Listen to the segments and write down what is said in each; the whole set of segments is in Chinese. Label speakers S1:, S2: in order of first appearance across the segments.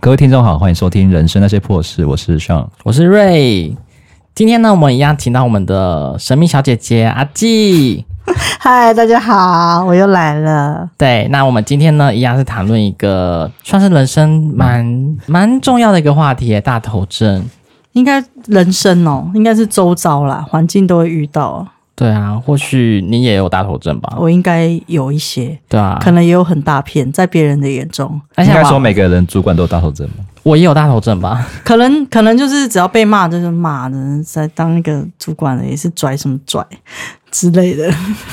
S1: 各位听众好，欢迎收听《人生那些破事》，我是 Sean。
S2: 我是瑞。今天呢，我们一样请到我们的神秘小姐姐阿纪。
S3: 嗨，大家好，我又来了。
S2: 对，那我们今天呢，一样是谈论一个算是人生蛮 蛮重要的一个话题耶，大头症。
S3: 应该人生哦，应该是周遭啦，环境都会遇到啊。
S2: 对啊，或许你也有大头症吧？
S3: 我应该有一些，
S2: 对啊，哎
S3: 可能也有很大片，在别人的眼中，
S2: 而且
S1: 应该
S2: 我
S1: 说每个人主管都有大头症嘛，
S2: 我也有大头症吧？
S3: 可能可能就是只要被骂就是骂的，在当一个主管的也是拽什么拽之类的。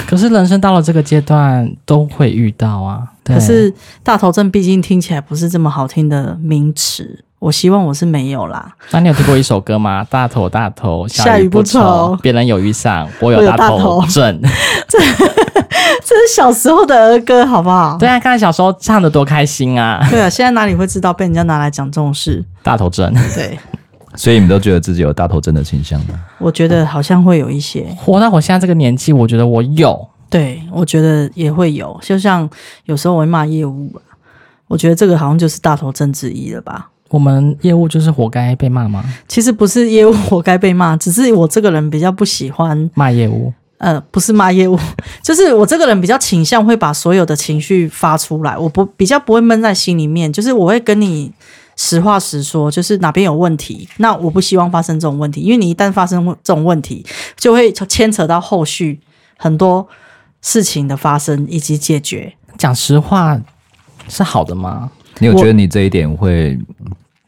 S2: 可是人生到了这个阶段都会遇到啊。对
S3: 可是大头症毕竟听起来不是这么好听的名词，我希望我是没有啦。
S2: 那你有听过一首歌 吗？大头大头，
S3: 下
S2: 雨
S3: 雨
S2: 不
S3: 不愁
S2: 别人有雨伞，我
S3: 我
S2: 有
S3: 有
S2: 大
S3: 大
S2: 头
S3: 头
S2: 症。
S3: 这是小时候的儿歌，好不好？
S2: 对啊，看小时候唱的多开心啊！
S3: 对啊，现在哪里会知道被人家拿来讲这种事？
S2: 大头症，
S3: 对，
S1: 所以你们都觉得自己有大头症的倾向吗？
S3: 我觉得好像会有一些。
S2: 活到我现在这个年纪，我觉得我有。
S3: 对，我觉得也会有，就像有时候我会骂业务啊，我觉得这个好像就是大头症之一了吧。
S2: 我们业务就是活该被骂吗？
S3: 其实不是业务活该被骂，只是我这个人比较不喜欢，
S2: 骂业务，
S3: 呃，不是骂业务， 就是我这个人比较倾向会把所有的情绪发出来，我不比较不会闷在心里面，就是我会跟你实话实说，就是哪边有问题，那我不希望发生这种问题，因为你一旦发生这种问题，就会牵扯到后续很多事情的发生以及解决。
S2: 讲实话是好的吗？
S1: 你有觉得你这一点会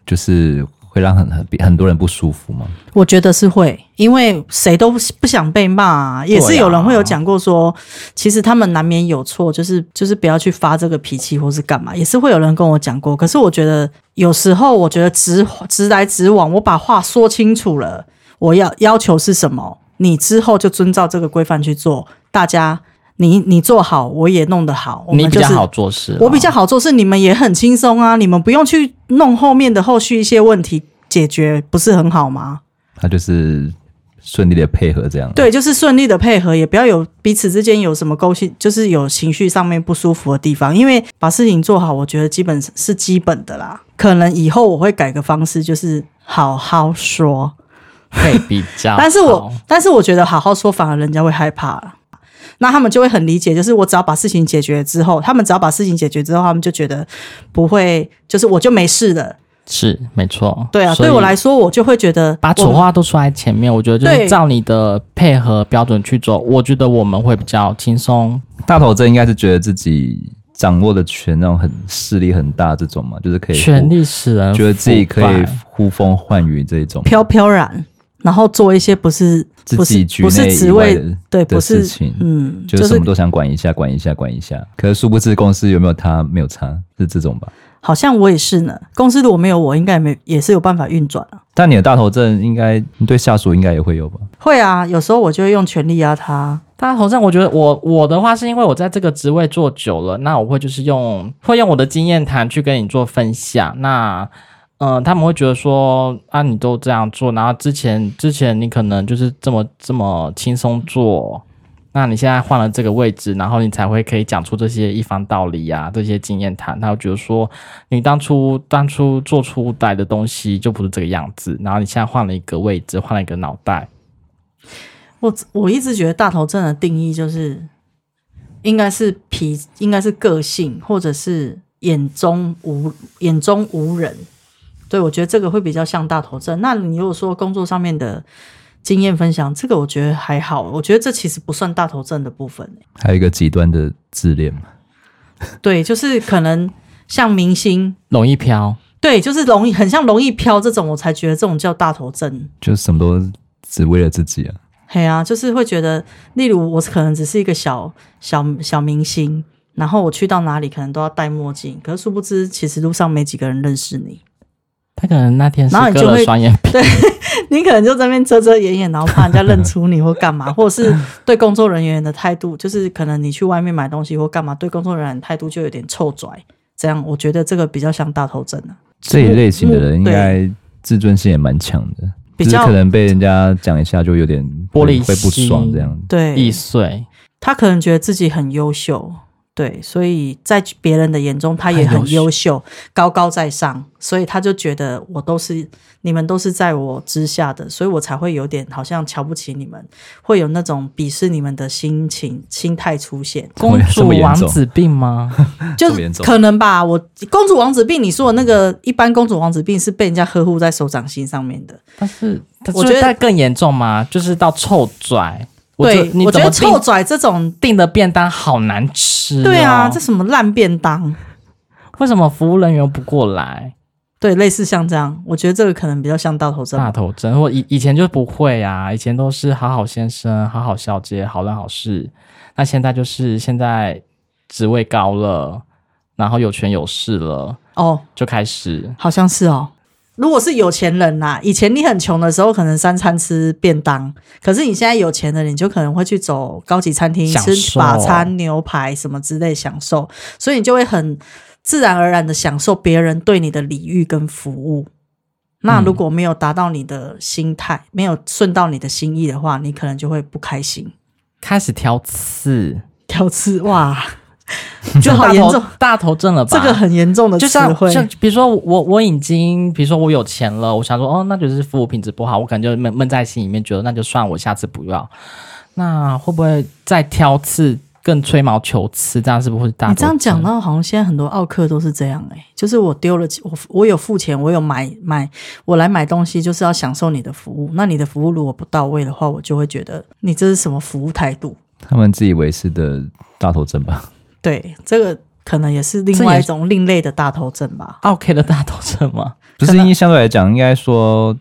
S1: 就是会让很很很多人不舒服吗？
S3: 我觉得是会，因为谁都不想被骂、啊，也是有人会有讲过说，其实他们难免有错，就是就是不要去发这个脾气或是干嘛，也是会有人跟我讲过。可是我觉得有时候，我觉得直直来直往，我把话说清楚了，我要要求是什么，你之后就遵照这个规范去做，大家。你你做好，我也弄得好，我
S2: 你
S3: 们
S2: 比
S3: 就
S2: 较
S3: 是
S2: 好做事，啊
S3: 我比较。好做事，你们也很轻松啊，你们不用去弄后面的后续一些问题解决，不是很好吗？
S1: 他就是顺利的配合这样。，
S3: 对，就是顺利的配合，也不要有彼此之间有什么勾心，就是有情绪上面不舒服的地方。因为把事情做好，我觉得基本是基本的啦。可能以后我会改个方式，就是好好说。
S2: 会比较好，
S3: 但是我但是我觉得好好说，反而人家会害怕了。那他们就会很理解，就是我只要把事情解决之后，他们只要把事情解决之后，他们就觉得不会，就是我就没事了。
S2: 是没错，
S3: 对啊，
S2: 所以
S3: 对我来说，我就会觉得
S2: 把丑
S3: 我
S2: 话都说在前面，我觉得就是
S3: 对
S2: 照你的配合标准去做，我觉得我们会比较轻松。
S1: 大头症应该是觉得自己掌握的权那种很势力很大这种嘛，就是可以
S2: 权力使人
S1: 觉得自己可
S2: 腐
S1: 以
S2: 败
S1: 呼风唤雨这一种，
S3: 飘飘然，然后做一些不是
S1: 自
S3: 不
S1: 己
S3: 是
S1: 局
S3: 不
S1: 内
S3: 是
S1: 以
S3: 职
S1: 外
S3: 位
S1: 的
S3: 对，
S1: 的
S3: 不
S1: 事
S3: 是
S1: 情。
S3: 嗯，
S1: 就
S3: 就是
S1: 什
S3: 是
S1: 么都想管一下，管一下，管一下。可是殊不知公司有没有他没有他，是这种吧？
S3: 好像我也是呢。公司如果没有我，应该也没也是有办法运转啊。
S1: 但你的大头症应该，你对下属应该也会有吧？
S3: 会啊，有时候我就会用权力压他。
S2: 大头症，我觉得我我的话是因为我在这个职位做久了，那我会就是用会用我的经验谈去跟你做分享。那嗯、呃他们会觉得说啊，你都这样做，然后之前之前你可能就是这么这么轻松做，那你现在换了这个位置，然后你才会可以讲出这些一方道理啊，这些经验谈。他会觉得说你当初当初做出来的东西就不是这个样子，然后你现在换了一个位置，换了一个脑袋，
S3: 我我一直觉得大头症的定义就是，应该是脾，应该是个性，或者是眼中无眼中无人。对，我觉得这个会比较像大头症。那你如果说工作上面的经验分享，这个我觉得还好，我觉得这其实不算大头症的部分、欸
S1: 还有一个极端的自恋嘛，
S3: 对，就是可能像明星，
S2: 容易飘。
S3: 对，就是容易很像容易飘这种，我才觉得这种叫大头症。
S1: 就什么都只为了自己啊。
S3: 嘿啊，就是会觉得，例如我可能只是一个小小小明星，然后我去到哪里可能都要戴墨镜，可是殊不知其实路上没几个人认识你，
S2: 他可能那天是
S3: 然后你
S2: 割
S3: 就
S2: 了
S3: 会
S2: 双眼皮，
S3: 你可能就在那边遮遮掩掩，然后怕人家认出你或干嘛，或者是对工作人员的态度，就是可能你去外面买东西或干嘛，对工作人员的态度就有点臭拽。这样，我觉得这个比较像大头症啊，
S1: 这一类型的人应
S3: 对
S1: 该自尊心也蛮强的，
S3: 比
S1: 就是
S3: 较
S1: 可能被人家讲一下就有点
S2: 玻璃
S1: 会不
S2: 心
S1: 爽这样。
S3: 对
S2: 易碎，
S3: 他可能觉得自己很优秀，对，所以在别人的眼中，他也
S2: 很
S3: 很
S2: 优
S3: 优秀，高高在上，所以他就觉得我都是你们都是在我之下的，所以我才会有点好像瞧不起你们，会有那种鄙视你们的心情心态出现，
S2: 公
S1: 这
S2: 主
S1: 么严
S2: 王
S1: 重
S2: 子病吗？
S3: 就
S1: 这么严重
S3: 可能吧。我公主王子病，你说的那个一般公主王子病是被人家呵护在手掌心上面的，
S2: 但是，
S3: 我
S2: 我
S3: 觉
S2: 觉
S3: 得
S2: 得更严重吗？就是到臭拽。
S3: 对
S2: 你
S3: 我
S2: 怎
S3: 觉得
S2: 么
S3: 臭
S2: 订
S3: 拽这种，
S2: 订的便当好难吃、
S3: 对啊，这什么烂便当。
S2: 为什么服务人员不过来？
S3: 对，类似像这样，我觉得这个可能比较像大头症吧
S2: 大头针，我以以前就不会啊，以前都是好好先生、好好小姐、好人好事。那现在就是现在职位高了，然后有权有势了，
S3: 哦，
S2: 就开始
S3: 好像是哦。如果是有钱人啦、以前你很穷的时候，可能三餐吃便当，可是你现在有钱了，你就可能会去走高级餐厅
S2: 享
S3: 吃
S2: 受
S3: 法餐、牛排什么之类享受，所以你就会很自然而然的享受别人对你的礼遇跟服务。那如果没有达到你的心态，没有顺到你的心意的话，你可能就会不开心。
S2: 开始挑刺，
S3: 挑刺 哇，
S2: 就
S3: 这好
S2: 大
S3: 严
S2: 头
S3: 重，
S2: 大头针了吧？
S3: 这个很严重的
S2: 就
S3: 词
S2: 像
S3: 汇，
S2: 像比如说我我已经比如说我有钱了，我想说哦，那就是服务品质不好，我可能就闷闷在心里面，觉得那就算我下次不要。那会不会再挑刺，更吹毛求疵？这样是不是大？
S3: 你这样讲，到好像现在很多奥克都是这样哎、就是我丢了我我有付钱，我有买买，我来买东西就是要享受你的服务。那你的服务如果不到位的话，我就会觉得你这是什么服务态度？
S1: 他们自以为是的大头针吧？
S3: 对，这个可能也是另外一种另类的大头症吧。
S2: 啊 OK 的大头针 吗？
S1: 不是，因为相对来讲，应该说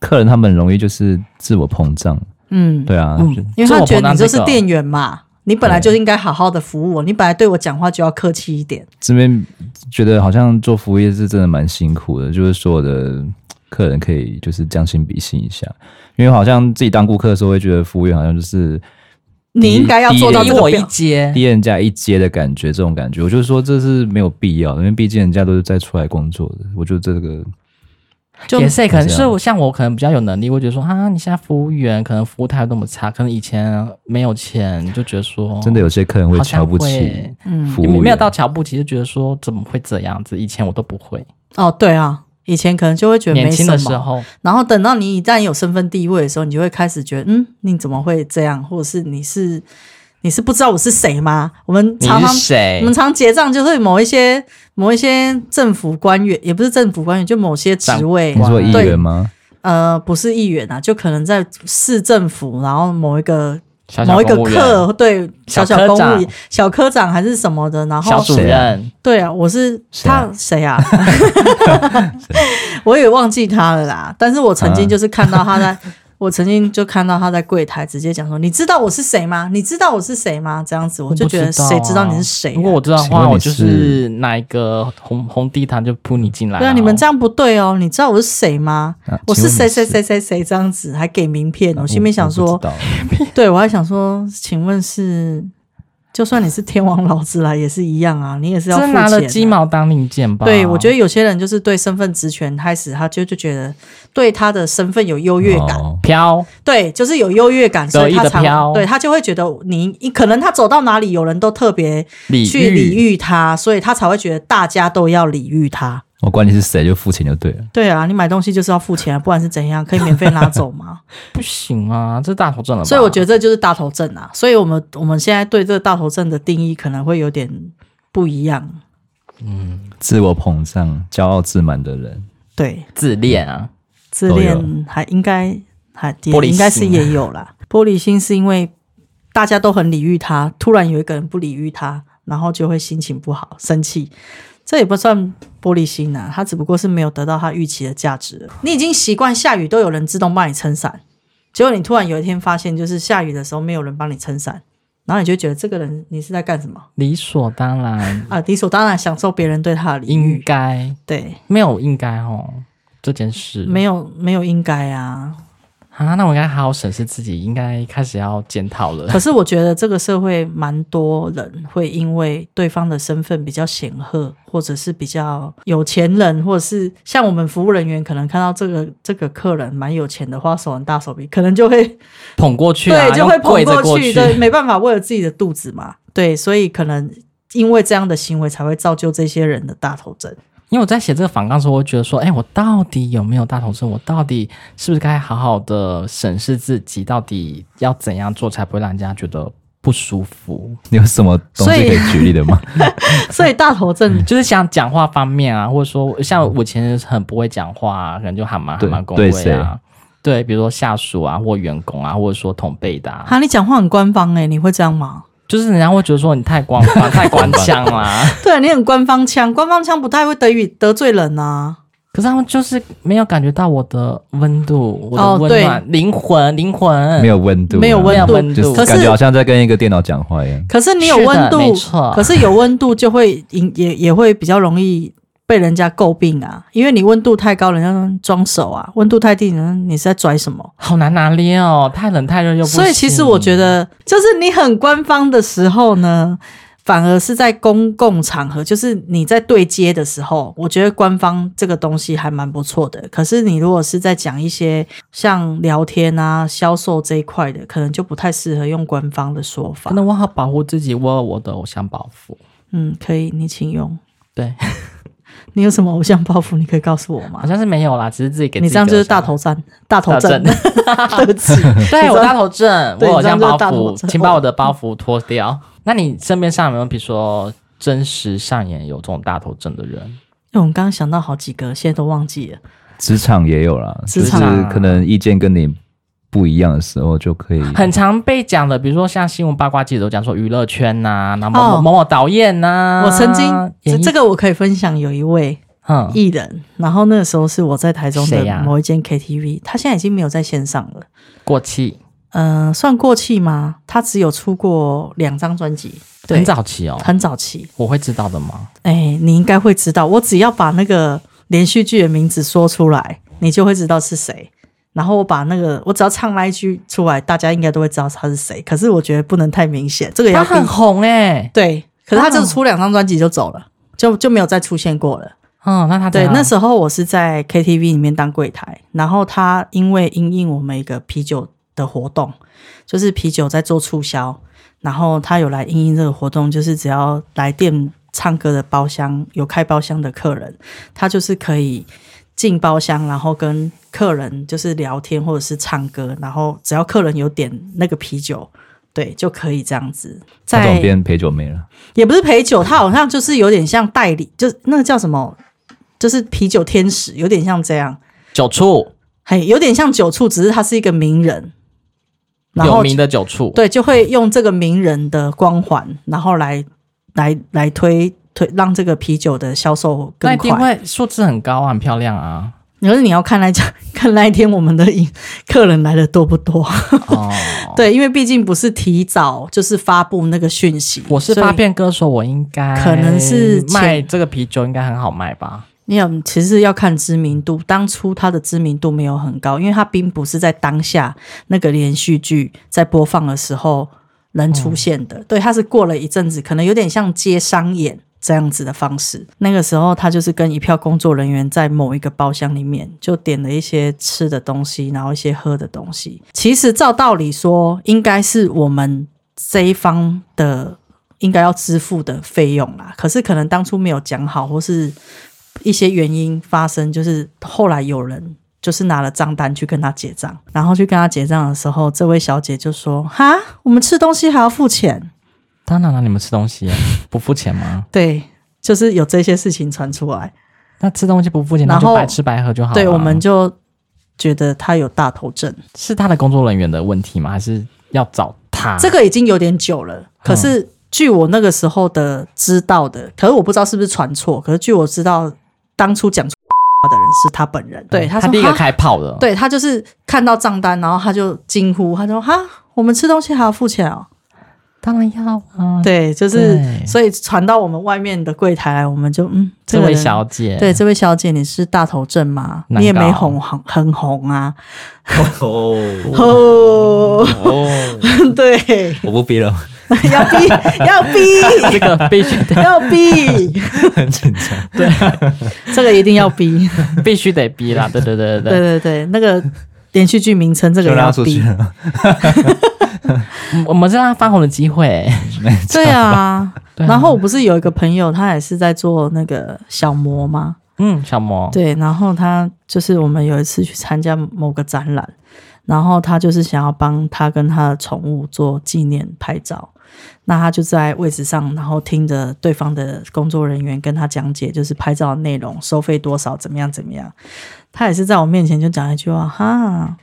S1: 客人他们很容易就是自我膨胀，
S3: 嗯，
S1: 对啊，就
S3: 因为他觉得你就
S2: 自
S3: 是
S2: 我膨胀这个
S3: 店员嘛，你本来就应该好好的服务我，你本来对我讲话就要客气一点。
S1: 这边觉得好像做服务业是真的蛮辛苦的，就是所有的客人可以就是将心比心一下，因为好像自己当顾客的时候会觉得服务员好像就是
S3: 你应该要做到
S1: 低
S2: 低
S3: 这
S1: 人
S3: 个
S2: 我一
S3: 标，
S2: 阶，
S1: 低人家一阶的感觉，这种感觉，我就说这是没有必要的，因为毕竟人家都是在出来工作的，我觉得这个
S3: 就
S2: 也是可能
S1: 这
S2: 是
S1: 样
S2: 我像我可能比较有能力，我觉得说啊，你现在服务员可能服务态度那么差，可能以前没有钱就觉得说
S1: 真的有些客人会
S2: 好像
S1: 瞧不起
S2: 会
S1: 服
S3: 嗯
S1: 务
S2: 你
S1: 员，
S2: 没有到瞧不起，就觉得说怎么会这样子？以前我都不会，
S3: 哦，对啊，以前可能就会觉得
S2: 年
S3: 没
S2: 轻
S3: 什
S2: 的
S3: 么。
S2: 时候。
S3: 然后等到你一旦有身份地位的时候，你就会开始觉得，嗯，你怎么会这样？或者是你是你是不知道我是谁吗？我们
S2: 你
S3: 常常
S2: 是谁？
S3: 我们常结账就是某一些某一些政府官员，也不是政府官员，就某些职位，
S1: 你说
S2: 哇
S1: 议
S3: 对
S1: 员吗？
S3: 呃，不是议员啊，就可能在市政府，然后某一个
S2: 小小
S3: 某一个
S2: 公务员
S3: 课，对，小
S2: 小
S3: 小
S2: 科
S3: 公务
S2: 长
S3: 员、小科长还是什么的，然后
S2: 小主
S1: 谁啊
S2: 任，
S3: 对啊，我是
S1: 谁
S3: 他
S1: 啊
S3: 谁啊？我也忘记他了啦。但是我曾经就是看到他在，我曾经就看到他在柜台直接讲说：“你知道我是谁吗？你知道我是谁吗？”这样子，我就觉得
S2: 不知道啊
S3: 谁知道你是谁啊、
S2: 如果我知道的
S1: 请
S2: 话，
S1: 问你
S2: 我就是是拿一个红红地毯就扑你进来。
S3: 对啊，
S2: 然后
S3: 你们这样不对哦！你知道我是谁吗？
S1: 啊
S3: 我
S1: 请
S3: 是
S1: 问你
S3: 谁谁谁谁谁这样子，还给名片。我心里面想
S1: 我
S3: 说
S1: 不，知道
S3: 对我还想说，请问是，就算你是天王老子来也是一样啊，你也是要付
S2: 这
S3: 钱、
S2: 拿
S3: 啊。
S2: 了鸡毛当令箭吧？
S3: 对，我觉得有些人就是对身份职权开始，他就就觉得对他的身份有优越感，
S1: 哦
S2: 飘
S3: 对，就是有优越感，所以他
S2: 得意的
S3: 才
S2: 飘
S3: 对他就会觉得你你可能他走到哪里，有人都特别
S2: 礼
S3: 去礼
S2: 遇，
S3: 遇他，所以他才会觉得大家都要礼 遇他。
S1: 我管你是谁，就付钱就对了。
S3: 对啊，你买东西就是要付钱啊，不然是怎样？可以免费拿走吗？
S2: 不行啊，这大头症了吧？
S3: 所以我觉得这就是大头症啊。所以我们我们现在对这个大头症的定义可能会有点不一样。
S1: 自我膨胀、骄傲自满的人，
S3: 对，
S2: 自恋啊，
S3: 自
S1: 都有
S3: 恋还应该还也
S2: 玻璃心啊
S3: 应该是也有 啦。玻璃心是因为大家都很礼遇他，突然有一个人不礼遇他，然后就会心情不好、生气。这也不算玻璃心呐、他只不过是没有得到他预期的价值而已。你已经习惯下雨都有人自动帮你撑伞，结果你突然有一天发现，就是下雨的时候没有人帮你撑伞，然后你就觉得这个人你是在干什么
S2: 理所当然，
S3: 啊？理所当然享受别人对他的礼
S2: 应
S3: 遇，
S2: 该
S3: 对，
S2: 没有应该哦，这件事
S3: 没有没有应该啊，
S2: 啊，那我应该好好审视自己，应该开始要检讨了。
S3: 可是我觉得这个社会蛮多人会因为对方的身份比较显赫，或者是比较有钱人，或者是像我们服务人员，可能看到这个这个客人蛮有钱的，花手很大手笔，可能就会、
S2: 捧过去啊，
S3: 对就会
S2: 用跪
S3: 捧
S2: 着
S3: 过
S2: 过
S3: 对，没办法，为了自己的肚子嘛，对，所以可能因为这样的行为才会造就这些人的大头 症。
S2: 因为我在写这个访纲的时候，我会觉得说，哎，我到底有没有大头症？我到底是不是该好好的审视自己？到底要怎样做才不会让人家觉得不舒服？
S1: 你有什么东西可
S3: 所以
S1: 以举例的 吗？
S3: 所以大头症
S2: 就是像讲话方面啊，或者说像我以前很不会讲话、啊，可能就喊嘛喊
S1: 对
S2: 嘛恭
S1: 对
S2: 维啊，对，比如说下属啊，或员工啊，或者说同辈的、啊，
S3: 哈，你讲话很官方哎、你会这样吗？
S2: 就是人家会觉得说你太官 方、太官腔啦、
S3: 对啊你很官方腔，官方腔不太会得语得罪人啊。
S2: 可是他们就是没有感觉到我的温度，我
S3: 哦
S2: 的温暖、灵魂、灵魂
S1: 没有温度啊，
S3: 没有温度
S2: 温
S1: 就
S2: 度
S1: 是。感
S3: 可是
S1: 觉好像在跟一个电脑讲话一样。
S3: 可是你有温
S2: 是的
S3: 度
S2: 没，错
S3: 可是有温度就会引也也会比较容易被人家诟病啊，因为你温度太高，人家说装手啊；温度太低，人家说你是在拽什么？
S2: 好难拿捏哦，太冷太热又不行。
S3: 所以其实我觉得，就是你很官方的时候呢，反而是在公共场合，就是你在对接的时候，我觉得官方这个东西还蛮不错的。可是你如果是在讲一些像聊天啊、销售这一块的，可能就不太适合用官方的说法
S2: 真。的我好保护自己，我有我的偶像包袱。
S3: 嗯，可以，你请用。
S2: 对，
S3: 你有什么偶像包袱？你可以告诉我吗
S2: 好？像是没有啦，只是自己给自己
S3: 你这样就是大头症，大头症， 对不起。
S2: 对我大头症，我
S3: 对
S2: 有偶像包
S3: 你这样就是大头
S2: 袱，
S3: 症
S2: 请把我的包袱脱掉。那你身边上有没有比如说真实上演有这种大头症的人？
S3: 因为我们刚刚想到好几个，现在都忘记了。
S1: 职场也有啦，
S3: 职
S1: 就是
S3: 场
S2: 啊
S1: 可能意见跟你不一样的时候就可以。
S2: 很常被讲的，比如说像新闻八卦记者都讲说娱乐圈呐、然后某某
S3: 哦
S2: 某某导演呐、
S3: 我曾经这
S2: 啊演艺
S3: 这个我可以分享，有一位
S2: 嗯，
S3: 艺人，然后那个时候是我在台中
S2: 谁
S3: 的
S2: 呀
S3: 某一间 KTV，他现在已经没有在线上了。
S2: 过气，
S3: 嗯、算过气吗？他只有出过两张专辑，对
S2: 很早期哦，
S3: 很早期。
S2: 我会知道的吗？
S3: 哎、你应该会知道，我只要把那个连续剧的名字说出来，你就会知道是谁。然后我把那个，我只要唱那一句出来，大家应该都会知道他是谁。可是我觉得不能太明显，这个也
S2: 他
S3: 要避
S2: 很红哎、
S3: 对。可是他就出两张专辑就走了，就就没有再出现过了。
S2: 嗯，那他怎
S3: 对，
S2: 样
S3: 那时候我是在 KTV 里面当柜台，然后他因为因应我们一个啤酒的活动，就是啤酒在做促销，然后他有来因应这个活动，就是只要来店唱歌的包厢有开包厢的客人，他就是可以进包厢，然后跟客人就是聊天或者是唱歌，然后只要客人有点那个啤酒，对，就可以这样子。
S1: 那
S3: 在
S1: 种变陪酒妹了，
S3: 也不是陪酒，他好像就是有点像代理，就是那个叫什么，就是啤酒天使，有点像这样，
S2: 九处
S3: 嘿，有点像酒醋，只是他是一个名人，然
S2: 有
S3: 后
S2: 名的九处，
S3: 对，就会用这个名人的光环，然后来来来推推，让这个啤酒的销售
S2: 那
S3: 更
S2: 一定
S3: 快。
S2: 会数字很高啊，很漂亮啊。
S3: 可是你要看那家 看那一天我们的饮客人来的多不多，
S2: 哦，
S3: 对，因为毕竟不是提早就是发布那个讯息，
S2: 我是
S3: 所以
S2: 八片歌手，我应该
S3: 可能是前
S2: 卖这个啤酒应该很好卖吧？
S3: 你有，其实要看知名度。当初它的知名度没有很高，因为它并不是在当下那个连续剧在播放的时候能出现的。对，它是过了一阵子，可能有点像接商演这样子的方式。那个时候，他就是跟一票工作人员在某一个包厢里面，就点了一些吃的东西，然后一些喝的东西。其实照道理说，应该是我们这一方的。应该要支付的费用啦，可是可能当初没有讲好，或是一些原因发生，就是后来有人就是拿了账单去跟他结账，然后去跟他结账的时候，这位小姐就说：“哈，我们吃东西还要付钱。
S2: 当然了，你们吃东
S3: 啊
S2: 西不付钱吗”？
S3: 对，就是有这些事情传出来，
S2: 那吃东西不付钱，
S3: 然
S2: 那就
S3: 后
S2: 白吃白喝就好了。
S3: 对，我们就觉得他有大头症，
S2: 是他的工作人员的问题吗？还是要找他？
S3: 这个已经有点久了，可是。据我那个时候的知道的，可是我不知道是不是传错。可是据我知道，当初讲错的人是他本人。对，他
S2: 他
S3: 说
S2: 第一个
S3: 哈
S2: 开炮的，，
S3: 对他就是看到账单，然后他就惊呼，他说：“哈，我们吃东西还要付钱哦。
S2: 当然要啊。
S3: 对，就是
S2: 对
S3: 所以传到我们外面的柜台来，我们就嗯，
S2: 这
S3: 个
S2: 位
S3: 人
S2: 小姐，
S3: 对这位小姐，你是大头症吗？
S2: 难
S3: 你也没
S2: 搞
S3: 红很很红啊。
S1: 哦，
S3: 哦， 对，
S1: 我不逼了，
S3: 要 逼要逼
S2: 这 个必须得
S3: 要逼，
S1: 很紧张。
S3: 这个一定要逼。
S2: 必须得逼啦，对对对对对。
S3: 对对对，那个连续剧名称这个啊
S1: 就
S3: 也
S1: 拉
S3: 要
S1: 出去
S3: 逼。
S1: 了，
S2: 我我们是让他发红的机会，
S3: 对啊，
S2: 对啊
S3: 然后我不是有一个朋友，他也是在做那个小模吗？
S2: 嗯，小魔，
S3: 哦对，然后他就是我们有一次去参加某个展览，然后他就是想要帮他跟他的宠物做纪念拍照，那他就在位置上，然后听着对方的工作人员跟他讲解，就是拍照的内容、收费多少、怎么样怎么样。他也是在我面前就讲了一句话，哈，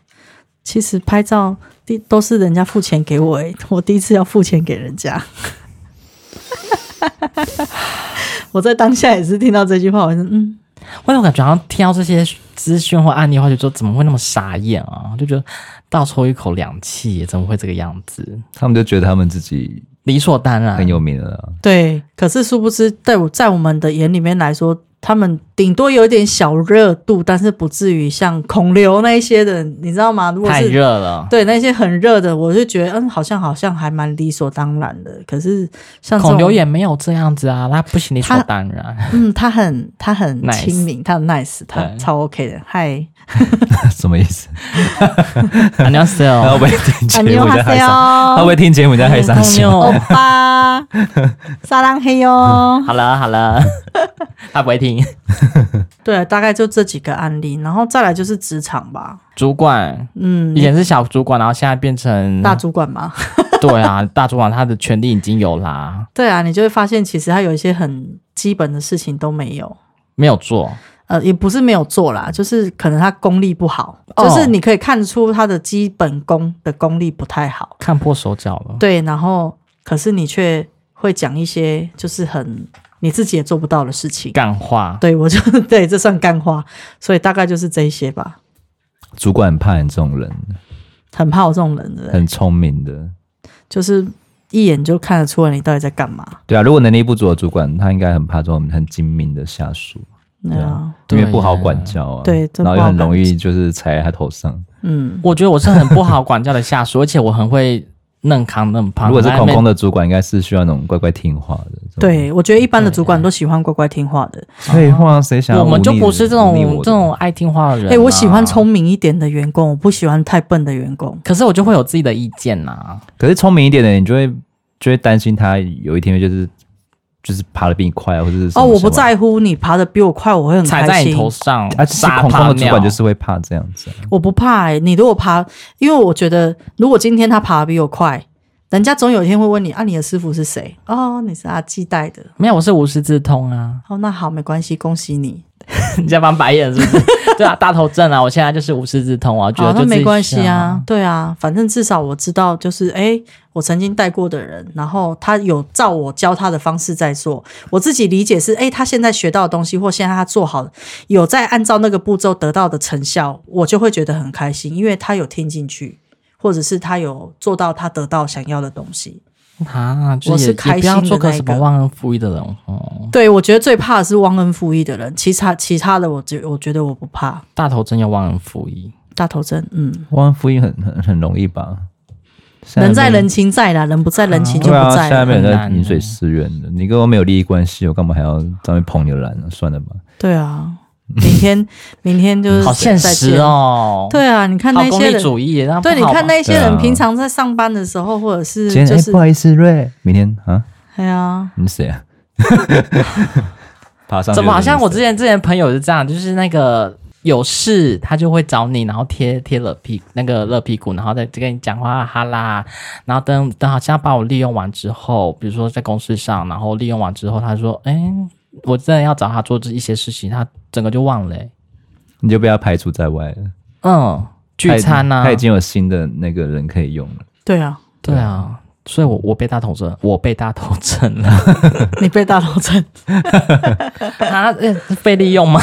S3: 其实拍照第都是人家付钱给我、欸，我第一次要付钱给人家。 我在当下也是听到这句话，我就嗯，
S2: 我有感觉好像听到这些资讯或案例的话，就说怎么会那么傻眼啊？就觉得倒抽一口凉气，怎么会这个样子？
S1: 他们就觉得他们自己
S2: 理所当然
S1: 很，有名了啦。
S3: 对，可是殊不知，在我在我们的眼里面来说，他们顶多有一点小热度，但是不至于像孔刘那一些的，你知道吗？如果
S2: 太
S3: 是
S2: 热了。
S3: 对那些很热的，我就觉得嗯，好像好像还蛮理所当然的。可是像这种
S2: 孔刘也没有这样子啊，他不行理所当 然。啊
S3: 嗯，他很他很
S2: Nice 哎
S3: 亲民，他很 nice，他
S2: 对
S3: 超 OK 的。嗨，
S1: 什么意思？
S2: 안녕하세요
S3: 哦
S1: 他会不会听节
S3: 안녕
S1: 目
S3: 하
S1: 在害
S3: 세
S1: 伤？他会不
S3: 요，
S1: 会听节目在害伤心？
S3: 欧 巴，撒浪嘿哟。
S2: 好了好了，他不会听。
S3: 对，大概就这几个案例，然后再来就是职场吧，
S2: 主管
S3: 嗯
S2: 以，前是小主管，然后现在变成
S3: 大主管嘛。
S2: 对啊，大主管他的权利已经有啦，
S3: 对啊，你就会发现其实他有一些很基本的事情都没有。
S2: 没有做。
S3: 呃，也不是没有做啦，就是可能他功力不好，
S2: 哦
S3: 就是你可以看出他的基本功的功力不太好。
S2: 看破手脚了，
S3: 对，然后可是你却会讲一些就是很你自己也做不到的事情。
S2: 干话，
S3: 对我就 对，这算干话，所以大概就是这一些吧。
S1: 主管怕你这种人，
S3: 很怕我这种人的人，
S1: 很聪明的。
S3: 就是一眼就看得出来你到底在干嘛。
S1: 对啊，如果能力不足的主管，他应该很怕这种很精明的下属，
S3: 对啊，
S1: 因
S2: 对
S1: 为不好管教啊。
S3: 对真
S1: 然后
S3: 不
S1: 又
S3: 好
S1: 很容
S3: 管
S1: 易就是踩在他头上。
S3: 嗯，
S2: 我觉得我是很不好管教的下属，而且我很会嫩扛嫩胖。
S1: 如果是
S2: 很爱
S1: 孔
S2: 面
S1: 孔的主管，应该是需要那种乖乖听话的。这种，
S3: 对，我觉得一般的主管都喜欢乖乖听话的。
S1: 废话谁想要
S2: 我们就
S1: 忤逆
S2: 不是这
S1: 忤逆
S2: 种
S1: 我的
S2: 这种爱听话的人、啊。
S3: 哎、我喜欢聪，明一点的员工，我不喜欢太笨的员工。
S2: 可是我就会有自己的意见呐、啊。
S1: 可是聪明一点的，你就会就会担心他有一天会就是就是爬得比你快啊，或者是什
S3: 哦，
S1: 么
S3: 我不
S1: 什么
S3: 在乎你爬的比我快，我会很
S2: 踩在
S3: 开
S2: 你
S3: 心。
S2: 头上，
S1: 啊，就是
S2: 撒
S1: 孔
S2: 泡
S1: 孔的主
S2: 尿
S1: 管就是会怕这样子啊、
S3: 我不怕、欸，你如果爬，因为我觉得如果今天他爬的比我快，人家总有一天会问你啊，你的师傅是谁？哦，你是阿基带的。
S2: 没有，我是无师自通啊。
S3: 哦，那好，没关系，恭喜你。
S2: 你在翻白眼是不 是？对啊，大头症啊，我现在就是无师自通啊，我觉
S3: 好，
S2: 得
S3: 那
S2: 就自己
S3: 没关系
S2: 想
S3: 啊。，对啊，反正至少我知道，就是哎、诶我曾经带过的人，然后他有照我教他的方式在做，我自己理解是，哎、他现在学到的东西或现在他做好的，有在按照那个步骤得到的成效，我就会觉得很开心，因为他有听进去。或者是他有做到他得到想要的东西，
S2: 啊，就
S3: 我
S2: 也
S3: 是开
S2: 也不要
S3: 心的
S2: 做
S3: 那
S2: 什
S3: 一
S2: 么
S3: 个
S2: 忘恩负义的人哦。
S3: 对我觉得最怕的是忘恩负义的人，其他其他的我觉我觉得我不怕
S2: 大头症要忘恩负义，
S3: 大头针，嗯，
S1: 忘恩负义很很很容易吧？现
S3: 人在
S1: 没有
S3: 人情在啦，人不在人情就
S1: 对啊
S3: 不，在
S1: 现在
S3: 了，
S1: 没有人
S2: 很
S1: 在
S2: 难
S1: 饮水
S2: 欸
S1: 思源的，你跟我没有利益关系，我干嘛还要在那边捧你的懒呢？算了吧，
S3: 对啊，明 天明天
S1: 嗯
S3: 就是
S2: 好现
S3: 再见
S2: 实。哦。，
S3: 对啊，你看
S2: 好
S3: 那
S2: 功
S3: 些
S2: 利
S3: 人，
S2: 主义，然后
S3: 对，你看那些
S1: 对
S3: 人
S1: 啊
S3: 平常在上班的时候，或者是
S2: 嗯
S1: 今天哎、
S3: 就是
S1: 不，好意思，瑞，明天啊，
S3: 哎呀，
S1: 你是谁啊？ 爬上去
S2: 怎么好像我
S1: 就是
S2: 之前之前朋友是这样，就是那个有事他就会找你，然后贴贴了屁那个热屁股，然后再跟你讲话哈啦，然后等等好像把我利用完之后，比如说在公司上，然后利用完之后，他说，哎、我真的要找他做这一些事情，他整个就忘了、欸
S1: 你就被他排除在外了。
S2: 嗯，聚
S1: 他已
S2: 餐
S3: 啊
S2: 呐、
S1: 他已经有新的那个人可以用了。
S3: 对啊，
S2: 对啊，所以我我被大头症，我被大头症了
S3: 你被大 头针，
S2: 啊，欸是被利用吗？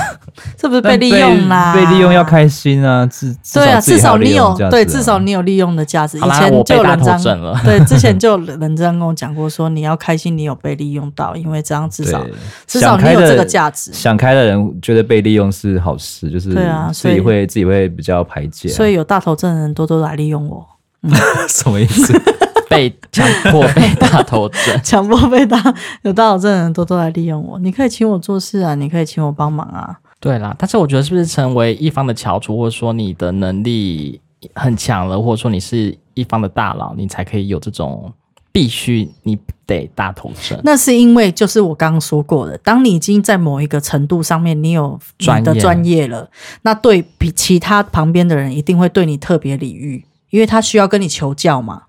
S3: 是不是被利用啦？
S1: 被利用要。开心啊，至至
S3: 对啊，
S1: 自己
S3: 至
S1: 还
S3: 少你
S1: 利用
S3: 有
S1: 价值啊
S3: 对，至少你有利用的价值。以
S2: 好啦，
S3: 前
S2: 我
S3: 就
S2: 被
S3: 有
S2: 大
S3: 人这
S2: 头
S3: 样，
S2: 症了。
S3: 对，之前就有人这样跟我讲过，说你要开心，你有被利用到，因为这样至少
S1: 对
S3: 至少
S1: 想
S3: 你
S1: 开
S3: 有
S1: 的
S3: 这个价值。
S1: 想开的人觉得被利用是好事，就是
S3: 对啊
S1: 自
S3: 所以
S1: 己会自己会比较排解啊、
S3: 所以有大头症的人多多来利用我，。
S1: 什么意思？
S2: 被强迫被大头症
S3: 强迫被大有大头症的人多多来利用我。你可以请我做事啊，你可以请我帮忙啊，
S2: 对啦，但是我觉得是不是成为一方的翘楚，或者说你的能力很强了，或者说你是一方的大佬，你才可以有这种必须你得大头针。
S3: 那是因为就是我刚刚说过的，当你已经在某一个程度上面，你有你
S2: 专
S3: 的
S2: 业
S3: 专业了，那对比其他旁边的人一定会对你特别礼遇，因为他需要跟你求教嘛。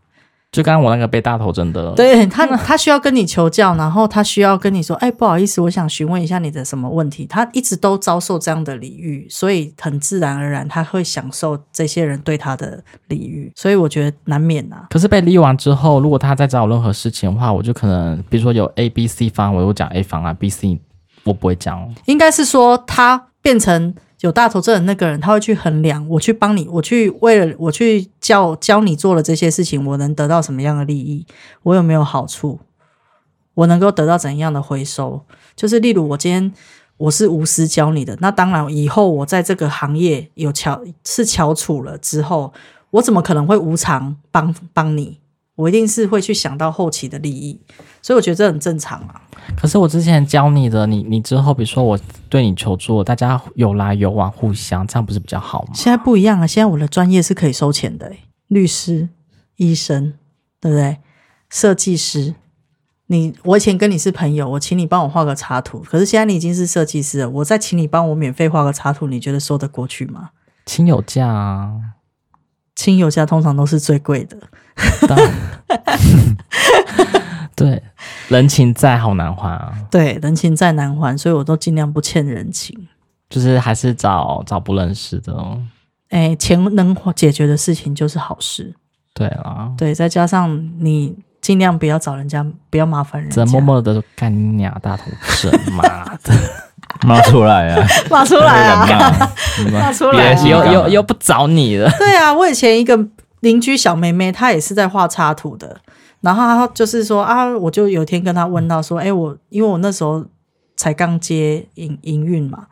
S2: 就刚刚我那个被大头针的，
S3: 对他，他需要跟你求教，然后他需要跟你说：“哎，不好意思，我想询问一下你的什么问题。”他一直都遭受这样的礼遇，所以很自然而然他会享受这些人对他的礼遇，所以我觉得难免啊呐、
S2: 可是被利完之后，如果他再找我任何事情的话，我就可能比如说有 A、B、C 方案，我就讲 A 方案，B、C 啊我不会讲哦。
S3: 应该是说他变成有大头症的那个人，他会去衡量，我去帮你，我去为了我去教教你做了这些事情，我能得到什么样的利益，我有没有好处，我能够得到怎样的回收？就是例如我今天。我是无私教你的，那当然，以后我在这个行业有翘是翘楚了之后，我怎么可能会无偿帮帮你？我一定是会去想到后期的利益，所以我觉得这很正常啊。
S2: 可是我之前教你的，你你之后比如说我对你求助，大家有来有往，互相这样不是比较好吗？
S3: 现在不一样啊了，现在我的专业是可以收钱的、欸，律师、医生，对不对？设计师，你我以前跟你是朋友，我请你帮我画个插图，可是现在你已经是设计师了，我再请你帮我免费画个插图，你觉得说得过去吗？
S2: 亲友价啊，
S3: 亲友价通常都是最贵的，
S2: 当对，人情债好难还啊，
S3: 对，人情债难还，所以我都尽量不欠人情。
S2: 就是还是找找不认识的哦。
S3: 哎，钱能解决的事情就是好事，
S2: 对啊啦，
S3: 对，再加上你尽量不要找人家，不要麻烦人
S2: 只
S3: 家，
S2: 能默 默的干你娘大头针，妈 的，
S1: 骂出来 啊，
S3: 骂出 来
S1: 不
S3: 啊，
S1: 敢骂，你妈
S3: 骂出来、
S2: 别
S3: 啊，
S2: 又又又不找你了。
S3: 对啊，我以前一个邻居小妹妹，她也是在画插图的。然后她就是说啊，我就有一天跟她问到说，哎，我因为我那时候才刚接营营运嘛，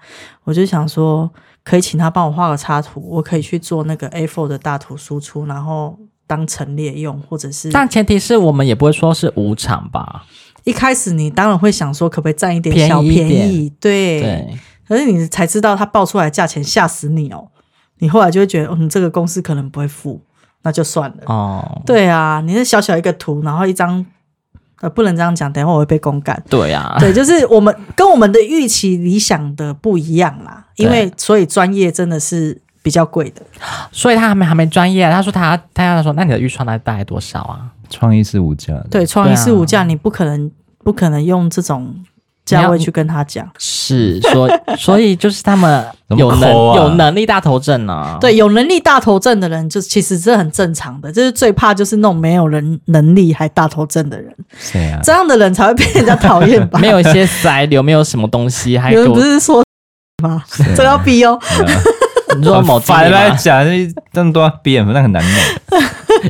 S3: 我就想说可以请她帮我画个插图，我可以去做那个 A4 的大图输出，然后当陈列用，或者是
S2: 但前提是我们也不会说是无偿吧？
S3: 一开始你当然会想说可不可以占一点
S2: 便宜
S3: 小
S2: 一
S3: 便
S2: 点
S3: 宜，对。
S2: 对，
S3: 可是你才知道他报出来的价钱吓死你哦，你后来就会觉得，嗯，这个公司可能不会付，那就算了。
S2: 哦，
S3: 对啊，你是小小一个图，然后一张，呃，不能这样讲，等一下我会被公干。
S2: 对啊，
S3: 对，就是我们跟我们的预期理想的不一样啦，因为所以专业真的是比较贵的。
S2: 所以他还没还没专业，啊他说他他要说，那你的预算大概多少啊？
S1: 创意是无价的。
S3: 对，创意
S2: 对啊
S3: 是无价，你不可能不可能用这种价位去跟他
S2: 嗯
S3: 讲。
S2: 是，所以 所以就是他们
S1: 怎么
S2: 有能、
S1: 抠啊
S2: 有能力大头啊症呢、，
S3: 对，有能力大头症的人，就其实是很正常的，就是最怕就是那种没有人能力还大头症的人，
S1: 谁啊？
S3: 这样的人才会被人家讨厌吧？
S2: 没有一些塞流，没有什么东西， 还
S3: 有
S2: 给
S3: 人
S2: 我
S3: 不是说吗？这个要逼哦。
S1: 啊
S2: 你说某经
S1: 反
S2: 理
S1: 来
S2: 吗
S1: 啊讲，
S3: 啊
S1: 这这么多扁，那很难
S3: 嗯
S1: 弄。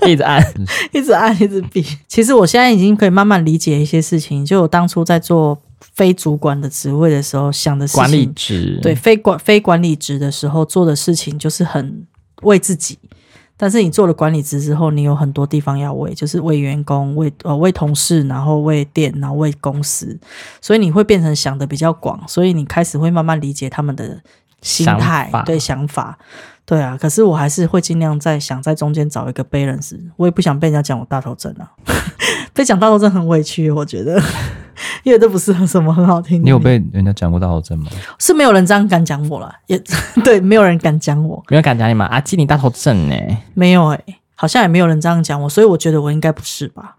S2: 一直按，
S3: 一直按，一直比。其实我现在已经可以慢慢理解一些事情，就我当初在做非主管的职位的时候想的事情，
S2: 管理职，
S3: 对，非管非管理职的时候做的事情就是很为自己。但是你做了管理职之后，你有很多地方要为，就是为员工、为呃为同事，然后为店，然后为公司，所以你会变成想的比较广，所以你开始会慢慢理解他们的心
S2: 想
S3: 态
S2: 法、
S3: 对想法，对啊。可是我还是会尽量在想在中间找一个 balance，我也不想被人家讲我大头症啊， 被讲大头症很委屈，我觉得， 因为这不是什么很好听的名字。
S1: 你有被人家讲过大头针吗？
S3: 是没有人这样敢讲我了，也 对，没有人敢讲我，
S2: 没有敢讲你们阿基你大头欸症呢、
S3: 没有诶、好像也没有人这样讲我，所以我觉得我应该不是吧？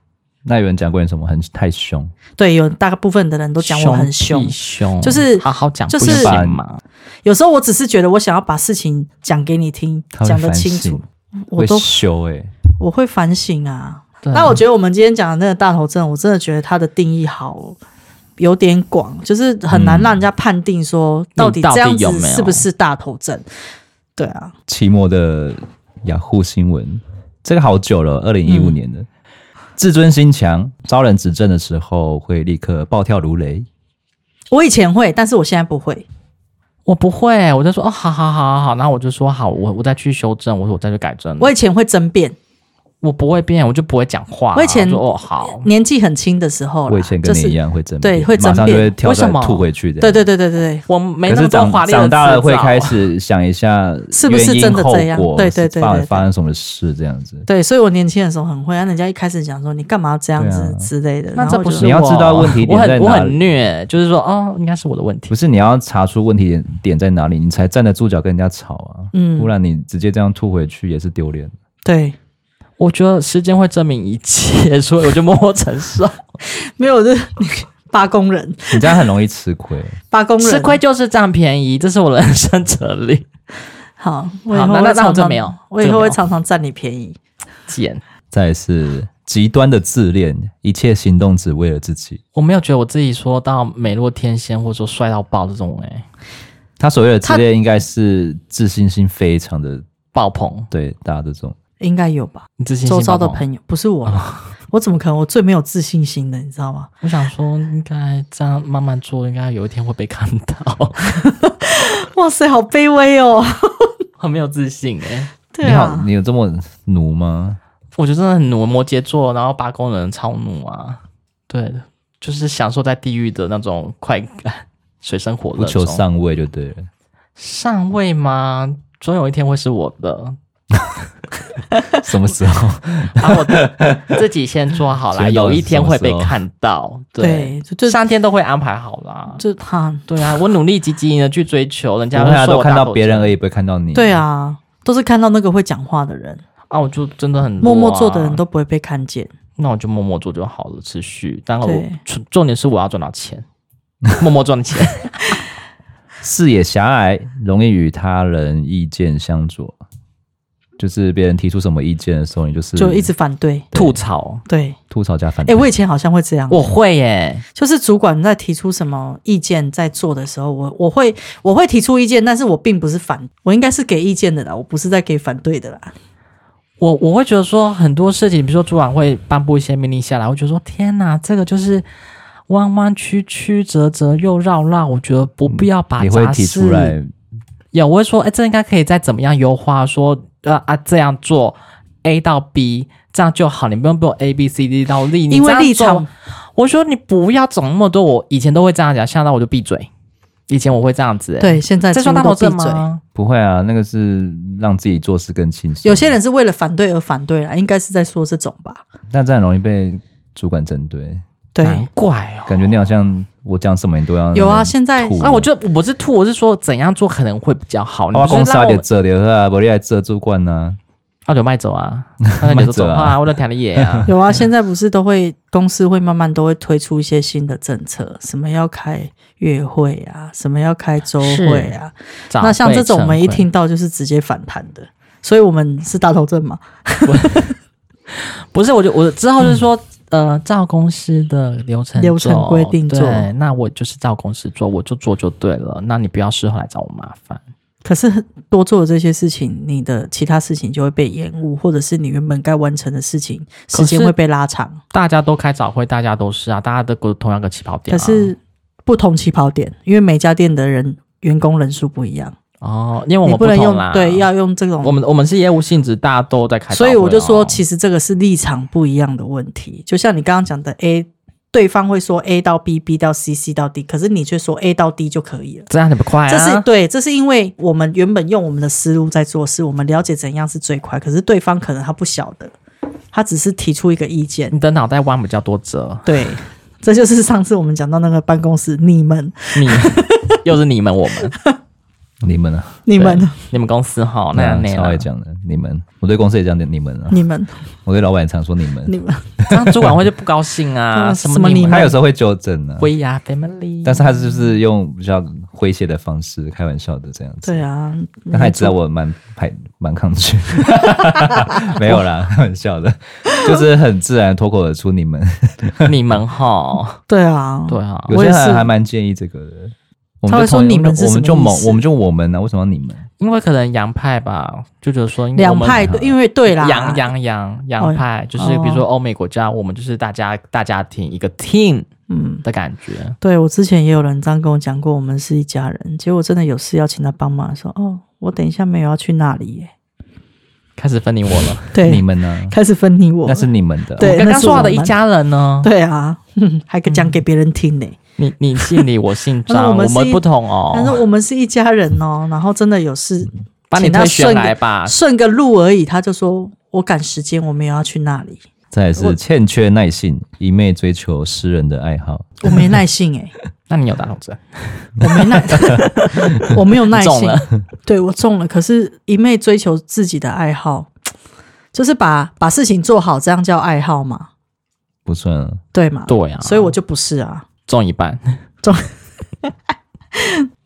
S1: 那有人讲过你什么很太凶？
S3: 对，有大部分的人都讲我很凶
S2: 屁，凶
S3: 就是
S2: 好好讲，
S3: 就是
S2: 不行嘛，
S3: 有时候我只是觉得我想要把事情讲给你听，
S1: 他会
S3: 讲得
S1: 反
S3: 清楚
S1: 省，
S3: 我都
S1: 会羞哎，
S3: 我会反省啊。
S2: 对
S3: 那我觉得我们今天讲的那个大头症，我真的觉得它的定义好有点广，就是很难让人家判定说到底
S2: 你到底
S3: 这样
S2: 有
S3: 子
S2: 没有
S3: 是不是大头症。对啊，
S1: 期末的雅虎新闻，这个好久了，二零
S3: 嗯
S1: 一五年的。自尊心强，遭人指正的时候会立刻暴跳如雷。
S3: 我以前会，但是我现在不会。
S2: 我不会，我就说哦，好好好好好，然后我就说好，我我再去修正，我说我再去改正，
S3: 我以前会争辩，
S2: 我不会变，我就不会讲话啊、
S3: 我以前
S2: 说哦好，
S3: 年纪很轻的时哦候啦，
S1: 我以前
S3: 就
S1: 跟你
S3: 是
S1: 一样会争
S3: 对
S1: 辩
S3: 会争
S1: 马上就
S3: 辩
S1: 会跳出
S2: 为什么
S1: 来吐回去的。
S3: 对对对对对
S2: 我没
S1: 可
S2: 那
S1: 是
S2: 么多
S1: 长
S2: 华丽的啊
S1: 长大了
S2: 辞
S1: 会
S2: 藻
S1: 开始想一下，
S3: 是不是真的这样对对对
S1: 发
S3: 对对
S1: 发生什么事这样子？
S3: 对，所以我年轻的时候很会，啊人家一开始讲说你干嘛要这样子
S1: 对啊
S3: 之类的，
S2: 那
S3: 然
S2: 这
S3: 后
S2: 不
S3: 我就是
S1: 你要
S2: 我
S1: 知道问题
S2: 我
S1: 点在
S2: 很我
S1: 哪
S2: 很
S1: 里
S2: 虐，就是说哦，应该是我的问题
S1: 不。是你要查出问题点点在哪里，你才站得住脚跟人家吵啊。
S3: 嗯
S1: 不然你直接这样吐回去也是丢脸。
S3: 对，
S2: 我觉得时间会证明一切，所以我就默默承受。
S3: 没有就是八工 人，
S1: 你这样很容易吃亏。
S3: 八工人
S2: 吃亏就是占便宜，这是我的人生哲理。
S3: 好，我以
S2: 好
S3: 后
S2: 那那
S3: 会
S2: 那我
S3: 常
S2: 这
S3: 常
S2: 没有
S3: 我
S2: 这
S3: 以
S2: 个
S3: 后
S2: 没
S3: 会
S2: 有
S3: 常常占你便宜。
S2: 贱，
S1: 再来是极端的自恋，一切行动只为了自己。
S2: 我没有觉得我自己说到美若天仙，或者说帅到爆这种哎、
S1: 他所谓的自恋，应该是自信心非常的
S2: 爆棚，
S1: 对大家这种。
S3: 应该有吧？
S2: 你自信心
S3: 周遭的
S2: 爆棚
S3: 朋友不是我
S1: 哦
S3: 啦，我怎么可能？我最没有自信心的，你知道吗？
S2: 我想说，应该这样慢慢做，应该有一天会被看到。
S3: 哇塞，好卑微哦！
S2: 很没有自信哎、
S3: 对
S1: 你好，
S3: 啊，
S1: 你有这么奴吗？
S2: 我觉得真的很奴，摩羯座，然后八宫人超怒啊，对的，就是享受在地狱的那种快感，水深火热
S1: 不求
S2: 中
S1: 上位就对了。
S2: 上位吗？总有一天会是我的，
S1: 什么时候？
S2: 把 我的自己先做好啦，
S1: 先到
S2: 有一天会被
S1: 什么时候
S2: 看到，对，
S3: 对，就就
S2: 上天都会安排好啦。
S3: 就哈，
S2: 对啊，我努力积极的去追求，人家
S1: 大
S2: 会
S1: 家啊
S2: 说
S1: 都
S2: 我
S1: 看
S2: 大
S1: 到
S2: 头
S1: 别人
S2: 症
S1: 而已，不会看到你。
S3: 对啊，都是看到那个会讲话的人，
S2: 啊，我就真的很、啊
S3: 默默做的人，都不会被看见。
S2: 那我就默默做就好了，持续。但我
S3: 对
S2: 重重点是我要赚到钱，默默 赚钱。
S1: 视野狭隘，容易与他人意见相左，就是别人提出什么意见的时候，你
S2: 嗯
S1: 就是
S3: 就一直反对。
S2: 吐槽，
S3: 对，
S1: 吐槽加反对。
S3: 哎，我以前好像会这样，
S2: 我会耶，
S3: 就是主管在提出什么意见在做的时候，我我会我会提出意见，但是我并不是反，我应该是给意见的啦，我不是在给反对的啦。
S2: 我我会觉得说很多事情，比如说主管会颁布一些命令下来，我觉得说天哪，这个就是弯弯曲曲、折折又绕绕，我觉得不必要把
S1: 嗯你会
S2: 杂
S1: 提
S2: 事
S1: 出来，
S2: 有，我会说，哎，这应该可以再怎么样优化，说呃啊这样做 A 到 B 这样就好，你不用不用 A B C D 到 D，你
S3: 因
S2: 这
S3: 为
S2: 样
S3: 立
S2: 做
S3: 场，
S2: 我说你不要总那么多，我以前都会这样讲，吓到我就闭嘴，以前我会这样子、欸，，
S3: 对，现在
S2: 这
S3: 几乎
S2: 算大头
S3: 都闭
S2: 症
S3: 嘴。
S2: 吗？
S1: 不会啊，那个是让自己做事更轻松。
S3: 有些人是为了反对而反对啦，应该是在说这种吧？
S1: 但这样容易被主管针对，
S2: 难
S3: 对，
S2: 怪哦，
S1: 感觉你好像我讲什么你都要
S3: 有
S1: 那
S3: 啊，
S1: 边
S3: 现在！
S1: 吐
S2: 那我就我不是嗯吐，我是说怎样做可能会比较好。你
S1: 我
S2: 不
S1: 公
S2: 是
S1: 司
S2: 让我
S1: 点
S2: 们
S1: 折了啊，不然来折主管呢、
S2: 啊，就卖 走啊，那你就走啊，我的天爷啊
S3: 有啊，现在不是都会公司会慢慢都会推出一些新的政策，什么要开月会啊，什么要开周会啊。
S2: 长
S3: 那像
S2: 辈
S3: 这种我们一
S2: 成
S3: 听到就是直接反弹的，所以我们是大头症嘛？
S2: 会不是，我就我之后就是说，呃，照公司的流程
S3: 嗯流程
S2: 走
S3: 规定做
S2: 对，那我就是照公司做，我就做就对了。那你不要事后来找我麻烦。
S3: 可是多做了这些事情，你的其他事情就会被延误，或者是你原本该完成的事情
S2: 可是
S3: 时间会被拉长。
S2: 大家都开早会，大家都是啊，大家都过同样个起跑点、
S3: 可
S2: 啊。
S3: 是不同起跑点，因为每家店的人员工人数不一样。
S2: 哦，因为我
S3: 你
S2: 们
S3: 不能
S2: 同
S3: 用
S2: 啦，
S3: 对，要用这
S2: 我
S3: 种。
S2: 们我们是业务性质，大家都在开早会
S3: 所
S2: 哦、
S3: 以我就说，其实这个是立场不一样的问题。就像你刚刚讲的，A 对方会说 A 到 B，B 到 C，C 到 D，可是你却说 A 到 D 就可以了。
S2: 这样你不
S1: 哎
S2: 快啊？
S3: 这是对，这是因为我们原本用我们的思路在做事，我们了解怎样是最快，可是对方可能他不晓得，他只是提出一个意见。
S2: 你的脑袋弯比较多折，
S3: 对，这就是上次我们讲到那个办公室，你们、
S2: 你又是你们我们。
S1: 你们呢、
S3: 你们、
S2: 你们公司哈，
S3: 哦
S2: 那
S1: 对啊
S2: 那
S1: 超爱讲的，你们，我对公司也讲的你 们啊，
S3: 你们、
S1: 我对老板也常说你们，
S3: 你们，
S2: 这样主管会就不高兴啊，
S3: 嗯
S2: 什
S3: 什么
S2: 么你
S3: 你
S1: 他
S2: 们
S1: 有时候会纠正啊，
S2: ，We are family，
S1: 但是他就是用比较诙谐的方式，开玩笑的这样子。
S3: 对啊，
S1: 但他也知道我蛮排 蛮抗 拒，没有啦，开玩笑的，就是很自然脱口而出你们。
S2: 你们哈，
S3: 对啊，
S2: 对啊，
S1: 有
S3: 我
S1: 些
S3: 也
S1: 人
S3: 是
S1: 还蛮建议这个的。我
S3: 他
S1: 们
S3: 会
S1: 就
S3: 说
S1: 同
S3: 你们是
S1: 我
S3: 什
S1: 们
S3: 么
S1: 就
S3: 意
S1: 猛，
S3: 思
S1: 我们就我们啊呢、为什么要你们？
S2: 因为可能洋派吧，就觉得说因为我
S3: 两
S2: 们
S1: 啊
S3: 派，对因为对啦，
S2: 洋洋洋
S3: 哦
S2: 洋派，就是比如说欧美国家，我们就是大家大家庭一个 team
S3: 嗯，
S2: 的感觉，
S3: 对我之前也有人这样跟我讲过，我们是一家人。结果真的有事要请他帮忙的时候，哦，我等一下没有要去那里耶，
S2: 开始分你我了。
S3: 对，
S1: 你们啊呢？
S3: 开始分你我
S1: 那，是你们的。
S3: 对
S2: 我刚
S3: 那
S2: 刚
S3: 是
S2: 说好
S3: 我
S2: 的一
S3: 们
S2: 家人呢？
S3: 对啊，嗯还讲给别人听呢。
S2: 你你姓李，我姓
S3: 但是
S2: 张，
S3: 我们
S2: 我
S3: 是
S2: 们
S3: 一
S2: 不同 哦。嗯
S3: 但是我们是一家人 哦，然后真的有事
S2: 把你
S3: 请他
S2: 推选
S3: 顺个
S2: 来吧，
S3: 顺个路而已，他就说我赶时间，我没有要去 那里，
S1: 再来是欠缺耐性，一昧追求私人的爱好。
S3: 我没耐性哎、
S2: 那你有打筒
S3: 啊
S2: 针？
S3: 我没耐，我没有耐
S2: 中
S3: 性
S2: 了，
S3: 对我中了，可是一昧追求自己的爱好，就是把把事情做好，这样叫爱好嘛，
S1: 不算啊，
S3: 对吗？
S2: 对啊，
S3: 所以我就不是啊，
S2: 中一半。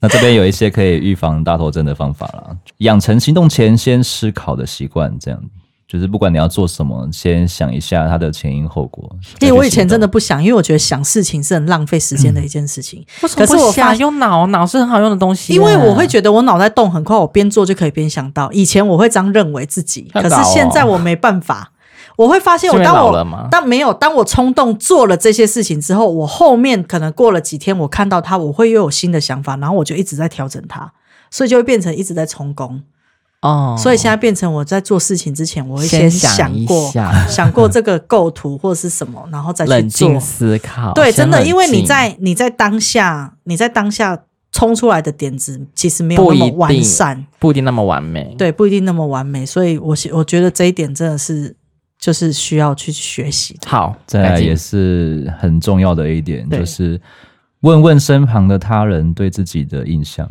S1: 那这边有一些可以预防大头症的方法啦，养成行动前先思考的习惯，这样就是不管你要做什么，先想一下它的前因后果。
S3: 因为我以前
S1: 再去
S3: 真
S1: 行动
S3: 的不想，因为我觉得想事情是很浪费时间的一件事情。
S2: 嗯
S3: 可是我发
S2: 想用脑，脑是很好用的东西耶。啊
S3: 因为我会觉得我脑袋动很快，我边做就可以边想到。以前我会这样认为自己，
S2: 太
S3: 可
S2: 早哦
S3: 是现在我没办法。我会发现
S2: 是因为
S3: 我当
S2: 老
S3: 我
S2: 了吗
S3: 当没有当我冲动做了这些事情之后，我后面可能过了几天，我看到它，我会又有新的想法，然后我就一直在调整它，所以就会变成一直在充公。
S2: 哦，
S3: 所以现在变成我在做事情之前，我会
S2: 先
S3: 想
S2: 一
S3: 过
S2: 下，
S3: 想过这个构图或是什么，然后再去
S2: 冷
S3: 做
S2: 静。思考。
S3: 对，
S2: 先
S3: 真的，
S2: 冷
S3: 因为你
S2: 静
S3: 在你在当下，你在当下冲出来的点子其实没有
S2: 不
S3: 那
S2: 一
S3: 么
S2: 定
S3: 完善，
S2: 不一定那么完美。
S3: 对，不一定那么完美，所以我是我觉得这一点真的是就是需要去学习的。
S2: 好，
S1: 再来
S2: 改进
S1: 也是很重要的一点，
S3: 对
S1: 就是问问身旁的他人对自己的印象。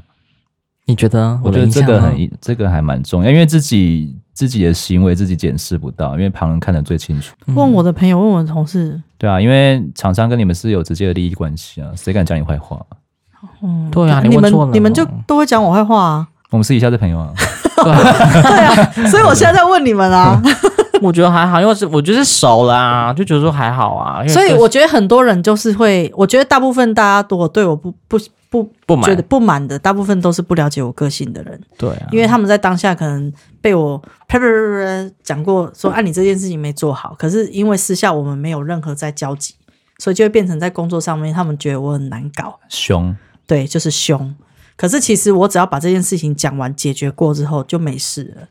S2: 你觉得呢？
S1: 我觉
S2: 的
S1: 得
S2: 印
S1: 这
S2: 象啊
S1: 个
S2: 呢
S1: 很这个还蛮重要，因为自己自己的行为自己检视不到，因为旁人看得最清楚。
S2: 嗯
S3: 问我的朋友，问我的同事，
S1: 对啊，因为厂商跟你们是有直接的利益关系啊，谁敢讲你坏话？
S3: 嗯，
S2: 对啊你
S3: 你
S2: 问
S3: 们
S2: 错了
S3: 们就都会讲我坏 话啊，
S1: 我们私底下是朋友 啊，
S2: 对啊，
S3: 对啊，所以我现在在问你 们啊，
S2: 嗯我觉得还好，因为是我就是熟了啊，就觉得说还好啊。因为
S3: 所以
S2: 就是
S3: 我觉得很多人就是会，我觉得大部分大家都对我不不不
S2: 不满
S3: 觉得不满的，大部分都是不了解我个性的人。
S2: 对啊，
S3: 因为他们在当下可能被我啪啪啪啪啪讲过说，啊，你这件事情没做好。可是因为私下我们没有任何在交集，所以就会变成在工作上面，他们觉得我很难搞，
S1: 凶。
S3: 对，就是凶。可是其实我只要把这件事情讲完、解决过之后就没事了。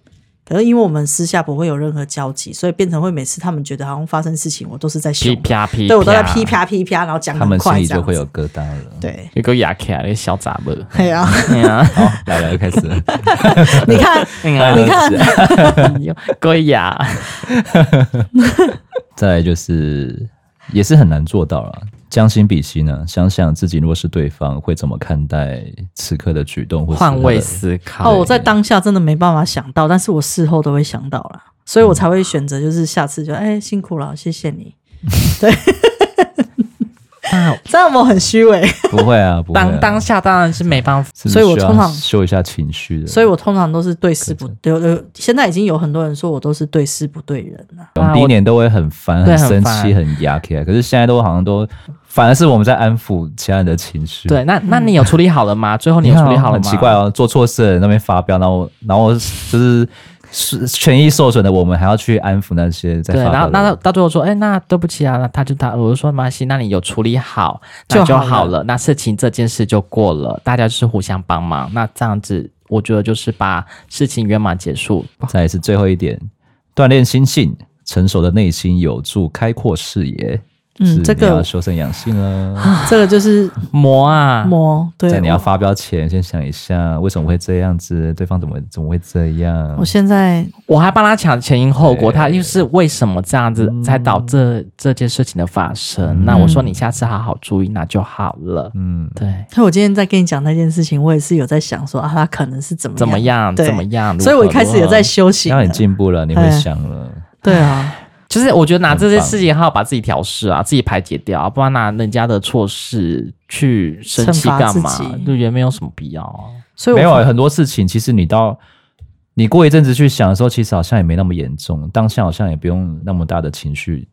S3: 可是因为我们私下不会有任何交集，所以变成会每次他们觉得好像发生事情，我都是在
S2: 噼
S3: 凶，
S2: 啪噼，
S3: 对我都在噼。啪噼啪，然后讲
S1: 他
S3: 得
S1: 们
S3: 很
S1: 心
S3: 快
S1: 里
S3: 这
S1: 就
S3: 样
S1: 会有
S3: 子。
S1: 疙瘩了。
S3: 对，
S2: 有个牙卡，那个小杂物。
S3: 哎呀、
S2: 哎呀，
S1: 好，来来， 开始了。
S3: 你看，
S2: 哎
S3: 你
S2: 呀，
S3: 看，
S2: 龟牙，
S1: 再来就是，也是很难做到了。将心比心呢，想想自己若是对方会怎么看待此刻的举动，或是
S2: 换位
S1: 他的
S2: 思考。
S3: 哦，我在当下真的没办法想到，但是我事后都会想到啦，所以
S1: 嗯
S3: 我才会选择就是下次就哎、辛苦了，谢 谢你。
S2: 啊
S3: 这样我很虚伪，
S1: 不会啊，不会啊、
S2: 当当下当然是没办法，
S1: 是不是
S3: 所以我
S1: 需要
S3: 通常
S1: 修一下情绪的，
S3: 所以我通常都是对事不对。呃现在已经有很多人说我都是对事不对人了。
S1: 我们第一年都会很烦、
S2: 对
S1: 很生
S2: 很
S1: 气、很压起来，可是现在都好像都，反而是我们在安抚其他人的情绪。
S2: 对，那那你有处理好了吗？最后你有
S1: 看
S2: 处理
S1: 哦
S2: 好了
S1: 很
S2: 吗？
S1: 奇怪哦，做错事的人那边发飙，然后然后就是是权益受损的我们还要去安抚那些在
S2: 对，
S1: 发飙
S2: 然后
S1: 的
S2: 那到
S1: 人。
S2: 到最后说，哎，那对不起啊，那他就他，我就说没关系，那你有处理好，那
S3: 就
S2: 就
S3: 好
S2: 好了，那事情这件事就过了，大家就是互相帮忙，那这样子，我觉得就是把事情圆满结束。
S1: 再也是最后一点，锻炼心性，成熟的内心有助开阔视野。
S3: 嗯
S1: 是
S3: 这个
S1: 你要修身养性 了。
S3: 这个就是
S2: 磨啊，
S3: 魔，对
S1: 在你要
S3: 我
S1: 发飙前，先想一下为什么会这样子，对方怎么怎么会这样
S3: 我？现在
S2: 我还帮他讲前因后果，他就是为什么这样子才导致这件事情的发生。那我说你下次好好注意，那就好了。
S1: 嗯，
S2: 对，
S3: 所以我今天在跟你讲那件事情，我也是有在想说啊，他可能是怎么
S2: 怎么样，
S3: 对
S2: 怎么样，
S3: 所以我一
S2: 如何
S3: 开始也
S2: 如何
S3: 在修行
S1: 那
S3: 了。
S1: 你进步了，你会
S3: 哎
S1: 想了。
S3: 对啊，
S2: 就是我觉得拿这些事情还要把自己调试啊，自己排解掉，不然拿人家的错事去生气干
S3: 惩
S2: 嘛
S3: 罚自己？
S2: 就也没有什么必要啊。
S3: 所以我
S1: 没有啊很多事情，其实你到你过一阵子去想的时候，其实好像也没那么严重，当下好像也不用那么大的情绪，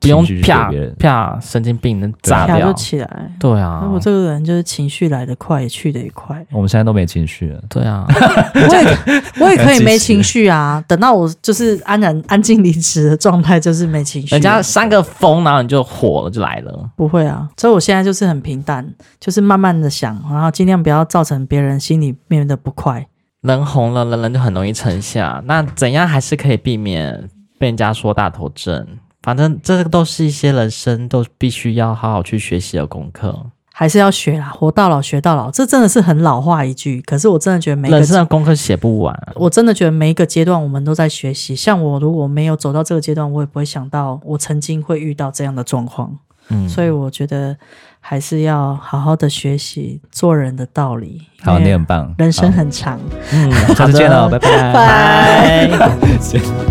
S2: 不用
S1: 情绪去给
S2: 啪
S1: 别人。
S2: 啪，神经病能
S1: 打
S2: 炸
S3: 啪
S2: 掉
S3: 就。起来。
S2: 对啊，
S3: 我这个人就是情绪来得快，也去得也快。
S1: 我们现在都没情绪了，
S2: 对啊，
S3: 我也我也可以
S1: 自己
S3: 没情绪啊，等到我就是安然安静离职的状态，就是没情绪。
S2: 人家三个风，然后你就火了，就来了。
S3: 不会啊，所以我现在就是很平淡，就是慢慢的想，然后尽量不要造成别人心里面的不快，
S2: 人红了，人人就很容易沉下。那怎样还是可以避免被人家说大头症？反正这个都是一些人生都必须要好好去学习的功课。
S3: 还是要学啦，活到老学到老，这真的是很老话一句。可是我真的觉得每一个
S2: 人生的功课写不完、啊，
S3: 我真的觉得每一个阶段我们都在学习。像我如果没有走到这个阶段，我也不会想到我曾经会遇到这样的状况。
S2: 嗯，
S3: 所以我觉得还是要好好的学习做人的道理。
S1: 好，你很棒，
S3: 人生很长。
S2: 嗯，
S1: 下次见了，拜
S3: 拜。
S2: 拜。